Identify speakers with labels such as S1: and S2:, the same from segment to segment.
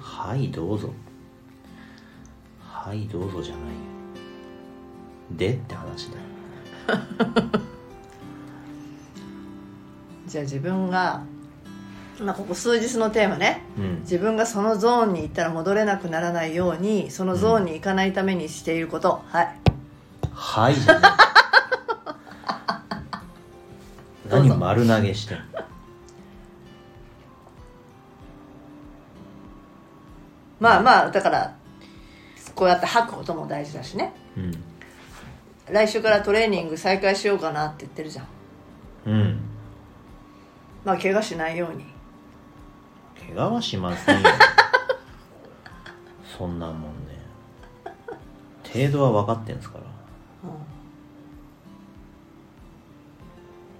S1: はいどうぞはいどうぞじゃないよでって話だよ
S2: じゃあ自分が、まあ、ここ数日のテーマね
S1: うん
S2: 自分がそのゾーンに行ったら戻れなくならないようにそのゾーンに行かないためにしていること、はい
S1: はいじ ゃない
S2: どうぞ
S1: 何丸投げしてんの
S2: まあまあだからこうやって吐くことも大事だしね
S1: うん
S2: 来週からトレーニング再開しようかなって言ってるじゃん
S1: うん
S2: まあ怪我しないように
S1: 怪我はしませんよそんなもんね程度は分かってんすから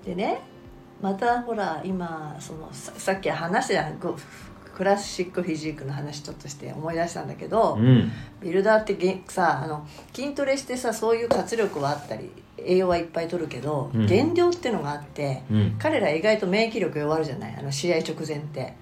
S2: でねまたほら今そのささっき話してたグクラシックフィジークの話ちょっとして思い出したんだけど、
S1: うん
S2: ビルダーってげさあの筋トレしてさそういう活力はあったり栄養はいっぱい取るけど、
S1: うん
S2: 減量っていうのがあって
S1: うん
S2: 彼ら意外と免疫力弱るじゃないあの試合直前って。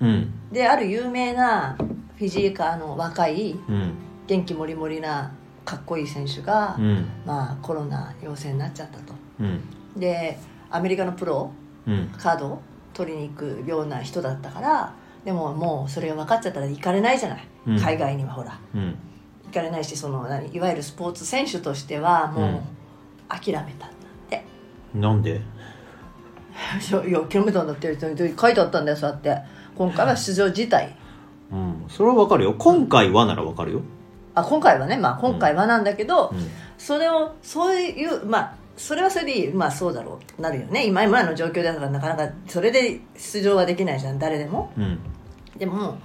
S1: うん
S2: である有名なフィジーカーの若い
S1: うん
S2: 元気もりもりなかっこいい選手が、
S1: うん
S2: まあ、コロナ陽性になっちゃったと
S1: うん
S2: でアメリカのプロ
S1: うん
S2: カードを取りに行くような人だったからでももうそれが分かっちゃったら行かれないじゃない、
S1: うん
S2: 海外にはほら
S1: うん
S2: 行かれないしその何いわゆるスポーツ選手としては
S1: うん
S2: もう諦めたんだ って、
S1: なんで
S2: そういや諦めたんだって書いてあったんだよそうやって今回は出場辞退
S1: うんそれは分かるよ今回はなら分かるよ
S2: あ今回はねまあ今回はなんだけど、
S1: う
S2: それをそういうまあそれはそれでいいまあそうだろうってなるよね今今の状況だからなかなかそれで出場はできないじゃん誰でも
S1: んうん
S2: でも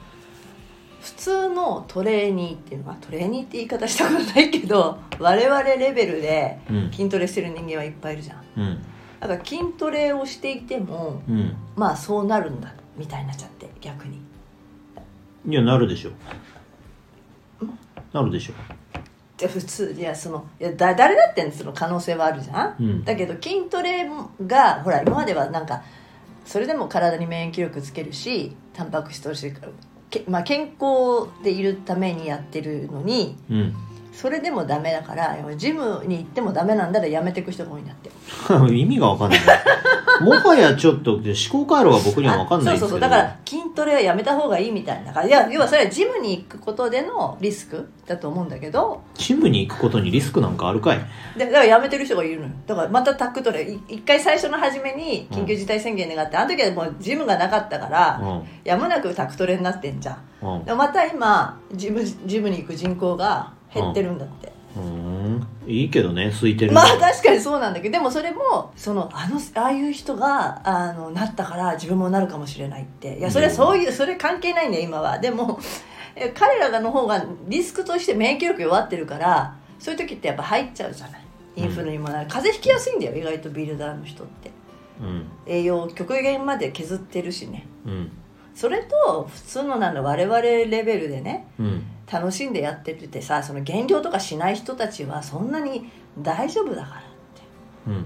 S2: 普通のトレーニーっていうのはトレーニーって言い方したことないけど我々レベルで
S1: うん
S2: 筋トレしてる人間はいっぱいいるじゃん
S1: うん
S2: だから筋トレをしていても
S1: うん
S2: まあそうなるんだみたいになっちゃって逆に
S1: いやなるでしょなるでしょ
S2: で普通いやそのいやだ誰だってその可能性はあるじゃん、
S1: うん
S2: だけど筋トレがほら今まではなんかそれでも体に免疫力つけるしタンパク質としてけ、まあ、健康でいるためにやってるのに
S1: うん
S2: それでもダメだからジムに行ってもダメなんだらやめていく人が多いんだって
S1: 意味が分かんないもはやちょっと思考回路が僕には分かんない
S2: あ
S1: で
S2: そうそ
S1: すけ
S2: うそ
S1: ど
S2: うだから筋トレはやめた方がいいみたいなだからいや要はそれはジムに行くことでのリスクだと思うんだけど
S1: ジムに行くことにリスクなんかあるかい
S2: でだからやめてる人がいるのよだからまたタックトレい一回最初の初めに緊急事態宣言願って、あの時はもうジムがなかったから、
S1: う
S2: やむなくタクトレになってんじゃん
S1: んうん
S2: でもまた今ジムジムに行く人口が減ってるんだって、
S1: うーんいいけどね空いてる
S2: まあ確かにそうなんだけどでもそれもそのあのああいう人があのなったから自分もなるかもしれないっていやそれはそういうそれ関係ないんだよ今はでも え彼らの方がリスクとして免疫力弱ってるからそういう時ってやっぱ入っちゃうじゃないインフルにもなる、風邪ひきやすいんだよ意外とビルダーの人って
S1: うん
S2: 栄養を極限まで削ってるしね
S1: うん
S2: それと普通のなんだ我々レベルでね
S1: うん
S2: 楽しんでやってててさその減量とかしない人たちはそんなに大丈夫だからって
S1: うん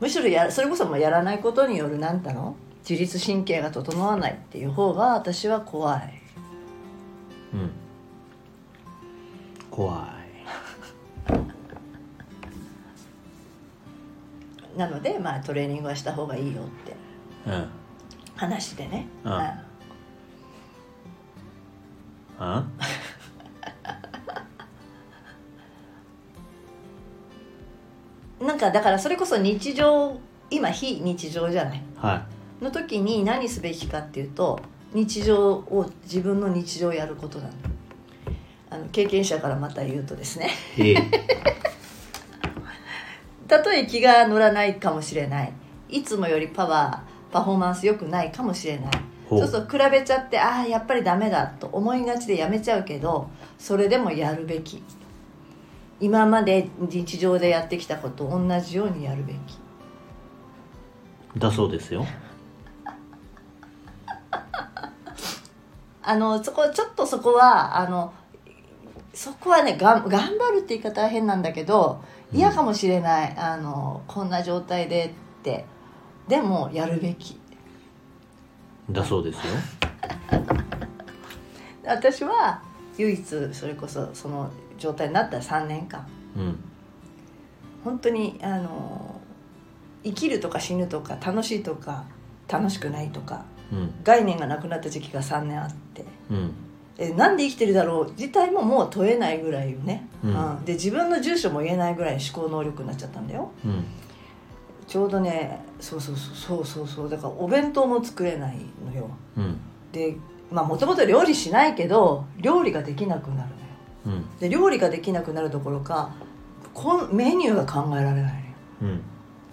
S2: むしろやそれこそもうやらないことによるなんだの自律神経が整わないっていう方が私は怖い
S1: うん怖
S2: なのでまあトレーニングはした方がいいよって
S1: いうん
S2: 話でね
S1: うん
S2: はい
S1: あ
S2: なんかだからそれこそ日常今非日常じゃない
S1: は
S2: の時に何すべきかっていうと日常を自分の日常をやることなのあの経験者からまた言うとですね
S1: いえい
S2: たとえ気が乗らないかもしれないいつもよりパワーパフォーマンス良くないかもしれない
S1: ほ
S2: そう
S1: う
S2: そう比べちゃってああやっぱりダメだと思いがちでやめちゃうけどそれでもやるべき今まで日常でやってきたことを同じようにやるべき
S1: だそうですよ
S2: あのそこちょっとそこはあのそこはねがん頑張るって言い方は変なんだけど嫌かもしれない、あのこんな状態でってでもやるべき
S1: だそうですよ
S2: だ私は唯一それこそその状態になった3年間
S1: うん
S2: 本当にあの生きるとか死ぬとか楽しいとか楽しくないとか
S1: うん
S2: 概念がなくなった時期が3年あって
S1: うん
S2: えなんで生きてるだろう自体ももう問えないぐらいよね、
S1: うん
S2: うんで自分の住所も言えないぐらい思考能力になっちゃったんだよ
S1: うん
S2: ちょうどねそうそうそうそうそうそうだからお弁当も作れないのよ
S1: うん
S2: でまあもともと料理しないけど料理ができなくなるのよ
S1: うん
S2: で料理ができなくなるどころかこんメニューが考えられないのよ
S1: うん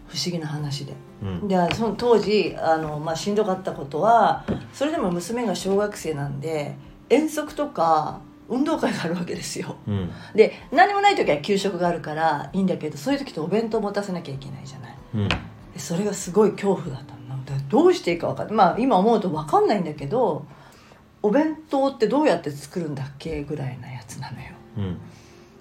S2: 不思議な話で
S1: うん
S2: でその当時あの、まあ、しんどかったことはそれでも娘が小学生なんで遠足とか運動会があるわけですよ
S1: うん
S2: で何もない時は給食があるからいいんだけどそういう時ってお弁当持たせなきゃいけないじゃない
S1: うん
S2: でそれがすごい恐怖だったのだからどうしていいか分かんないまあ今思うと分かんないんだけどお弁当ってどうやって作るんだっけぐらいなやつなのよ
S1: うん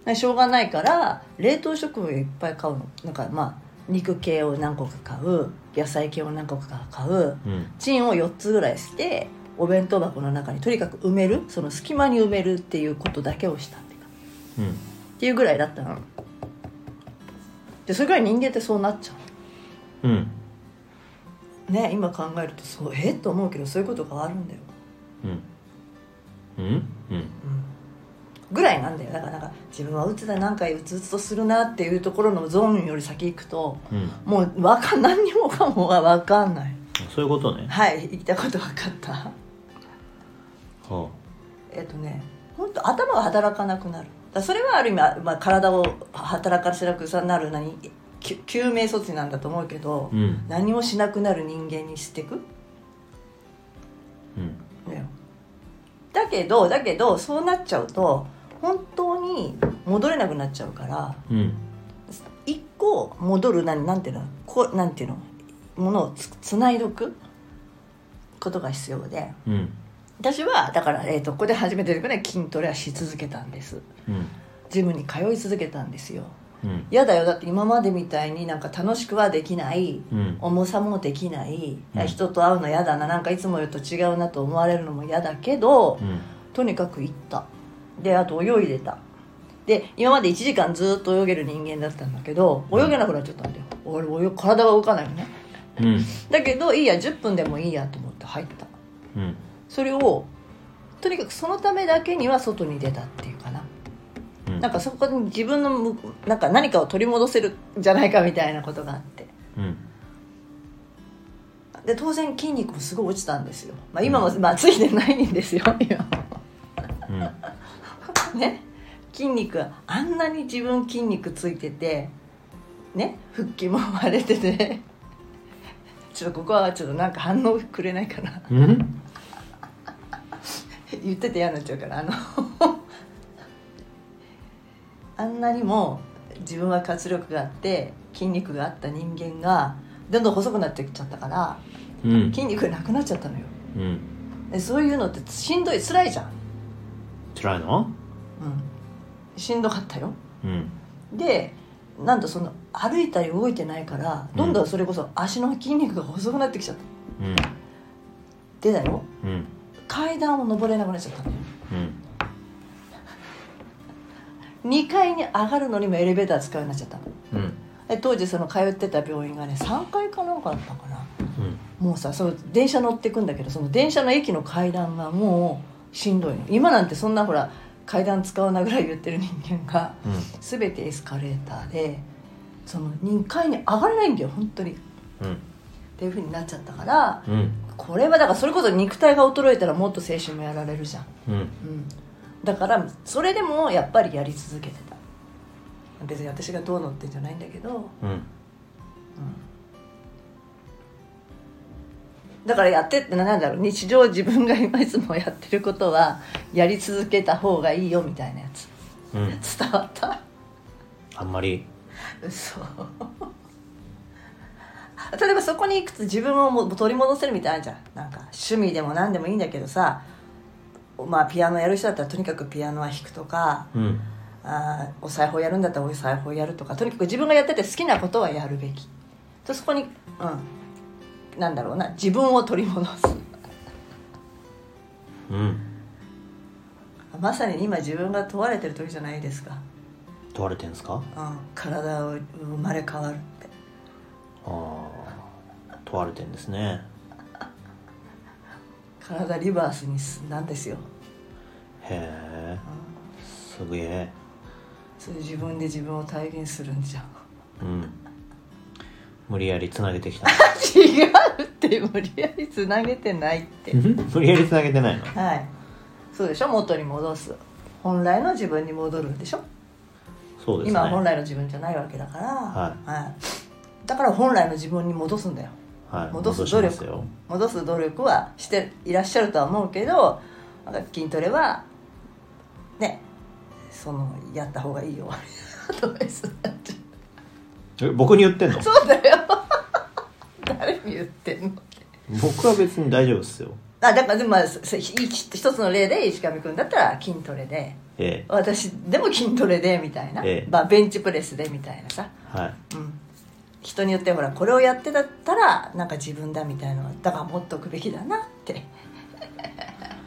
S2: でしょうがないから冷凍食品をいっぱい買うのなんかまあ肉系を何個か買う野菜系を何個か買う
S1: うん
S2: チンを4つぐらいしてお弁当箱の中にとにかく埋めるその隙間に埋めるっていうことだけをしたっていうか
S1: う
S2: っ
S1: ん
S2: ていうぐらいだったのでそれぐらい人間ってそうなっちゃ
S1: うん
S2: うね今考えるとそうえっと思うけどそういうことがあるんだよ、
S1: うんうんうん
S2: うん、ぐらいなんだよだからなんか自分はうつだなんかうつうつとするなっていうところのゾーンより先行くと
S1: うん
S2: もうわかん何にもかもが分かんない
S1: そういうことね
S2: はい言ったこと分かった
S1: は
S2: えっとね本当頭が働かなくなるだからそれはある意味、まあ、体を働かせなくなる何き救命措置なんだと思うけど、
S1: あうん
S2: 何もしなくなる人間にしていく
S1: うん
S2: のよだけどだけどそうなっちゃうと本当に戻れなくなっちゃうから
S1: うん
S2: 一個戻る何なんていうのこうなんていうのものをつつないどくことが必要で
S1: うん
S2: 私はだから、えー、とここで初めてぐらい筋トレはし続けたんです
S1: うん
S2: ジムに通い続けたんですよ
S1: うん
S2: 嫌だよだって今までみたいになんか楽しくはできない
S1: うん
S2: 重さもできない、
S1: うん
S2: 人と会うの嫌だななんかいつもよりと違うなと思われるのも嫌だけど、
S1: うん
S2: とにかく行ったであと泳いでたで今まで1時間ずっと泳げる人間だったんだけど泳げなくなっちゃったんだよ俺泳ぐ体が動かないのね
S1: うん
S2: だけどいいや10分でもいいやと思って入った
S1: うん
S2: それをとにかくそのためだけには外に出たっていうかな
S1: うん
S2: なんかそこに自分のむなんか何かを取り戻せるんじゃないかみたいなことがあって
S1: うん
S2: で当然筋肉もすごい落ちたんですよ、まあ、今も、まあ、ついてないんですよ 今も
S1: うん
S2: ね筋肉あんなに自分筋肉ついててね腹筋も割れてて ちょっとここはちょっとなんか反応くれないかな
S1: うん
S2: 言ってて嫌になっちゃうからあの あんなにも自分は活力があって筋肉があった人間がどんどん細くなってきちゃったから
S1: うん
S2: 筋肉がなくなっちゃったのよ
S1: うん
S2: でそういうのってしんどい辛いじゃん、
S1: 辛いの
S2: うん、しんどかったよ
S1: うん
S2: でなんとその歩いたり動いてないからどんどんそれこそ足の筋肉が細くなってきちゃった
S1: うん
S2: でだよ
S1: うん
S2: 階段を登れなくなっちゃったのよ
S1: うん
S2: 2階に上がるのにもエレベーター使うようになっちゃったの
S1: うん
S2: で当時その通ってた病院がね3階かなんかだったかな
S1: うん
S2: もうさその電車乗ってくんだけどその電車の駅の階段がもうしんどいの今なんてそんなほら階段使うなぐらい言ってる人間が
S1: うん
S2: 全てエスカレーターでその2階に上がれないんだよ本当にっ
S1: うん
S2: ていうふうになっちゃったから
S1: うん
S2: これはだからそれこそ肉体が衰えたらもっと精神もやられるじゃん、
S1: うん
S2: うん、だからそれでもやっぱりやり続けてた別に私がどうのってんじゃないんだけど
S1: うん
S2: だからやってってなんだろう日常自分が今いつもやってることはやり続けた方がいいよみたいなやつ
S1: うん
S2: 伝わった
S1: あんまり
S2: 嘘例えばそこにいくつ自分をも取り戻せるみたいなのあるじゃんなんか趣味でも何でもいいんだけどさまあピアノやる人だったらとにかくピアノは弾くとか
S1: うん
S2: あーお裁縫やるんだったらお裁縫やるとかとにかく自分がやってて好きなことはやるべきとそこにうんなんだろうな自分を取り戻す
S1: うん
S2: まさに今自分が問われてる時じゃないですか、
S1: 問われてるんですか
S2: うん、体を生まれ変わるって
S1: あー問われてるんですね
S2: 体リバースにすなんですよ、
S1: へえ
S2: うん
S1: すげえ
S2: それ自分で自分を体現するんじゃん
S1: うん無理やりつなげてきた
S2: 違うって無理やりつなげてないって
S1: 無理やりつなげてないの
S2: はいそうでしょ元に戻す本来の自分に戻るんでしょ
S1: そうですね
S2: 今は本来の自分じゃないわけだから、
S1: はい
S2: だから本来の自分に戻すんだよ
S1: はい、
S2: 戻す
S1: 戻し
S2: 努
S1: ます
S2: 力
S1: よ
S2: 戻す努力はしていらっしゃるとは思うけどなんか筋トレはねそのやった方がいいよ アドバイスになっちゃう
S1: え僕に言ってんの
S2: そうだよ 誰に言ってんの
S1: 僕は別に大丈夫っすよ
S2: あだからでもまあそそひ一つの例で石上君だったら筋トレで
S1: ええ
S2: 私でも筋トレでみたいな、
S1: ええ
S2: まあ、ベンチプレスでみたいなさ、
S1: はい
S2: うん、人によってほらこれをやってだったらなんか自分だみたいなのはだから持っとくべきだなって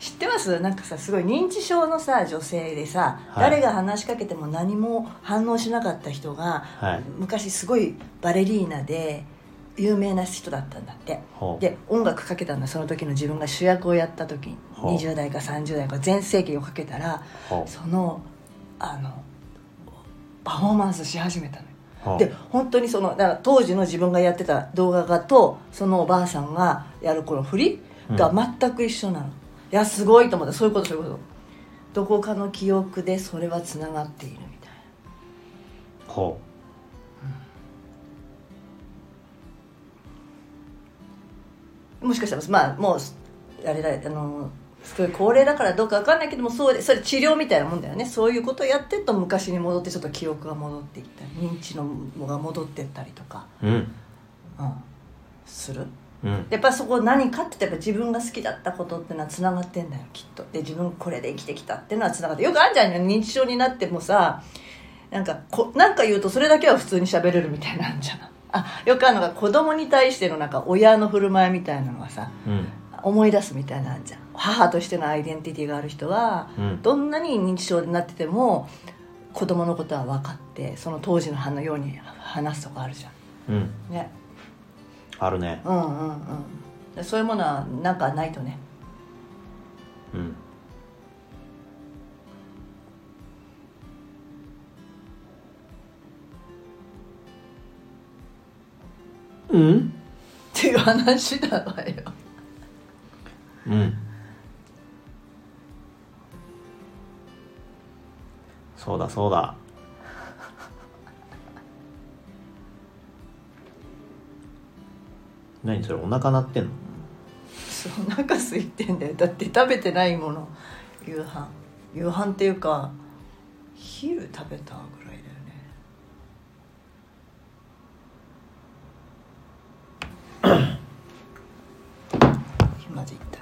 S2: 知ってますなんかさすごい認知症のさ女性でさ、
S1: はい
S2: 誰が話しかけても何も反応しなかった人が、
S1: はい
S2: 昔すごいバレリーナで有名な人だったんだって
S1: ほう
S2: で音楽かけたんだその時の自分が主役をやった時に
S1: ほう
S2: 20代か30代か全盛期をかけたら
S1: ほう
S2: そのあのパフォーマンスし始めたのよ
S1: ほう
S2: で本当にそのだから当時の自分がやってた動画がとそのおばあさんがやるこの振りが全く一緒なの、いやすごいと思ったそういうことそういうことどこかの記憶でそれはつながっているみたいな
S1: ほ
S2: もしかしたらまあもうあれだあのすごい高齢だからどうかわかんないけどもそうでそれ治療みたいなもんだよねそういうことをやってると昔に戻ってちょっと記憶が戻っていったり認知のもが戻ってったりとか、
S1: ううん
S2: うん、する
S1: うん
S2: やっぱそこ何かって言ったらやっぱ自分が好きだったことってのはつながってんだよきっとで自分これで生きてきたっていうのはつながってよくあるじゃん認知症になってもさなんかこなんか言うとそれだけは普通に喋れるみたいなのあんじゃんあよくあるのが子供に対してのなんか親の振る舞いみたいなのがさ
S1: うん
S2: 思い出すみたいなのあんじゃん母としてのアイデンティティがある人は
S1: うん
S2: どんなに認知症になってても子供のことは分かってその当時のあのように話すとかあるじゃ
S1: うん
S2: んね
S1: あるね
S2: うんうんうんでそういうものはなんかないとね
S1: うんうん
S2: っていう話だわよ
S1: うんそうだそうだ 何それお腹鳴ってんの
S2: そうお腹空いてんだよだって食べてないもの夕飯夕飯っていうか昼食べたぐらいだよね今で言った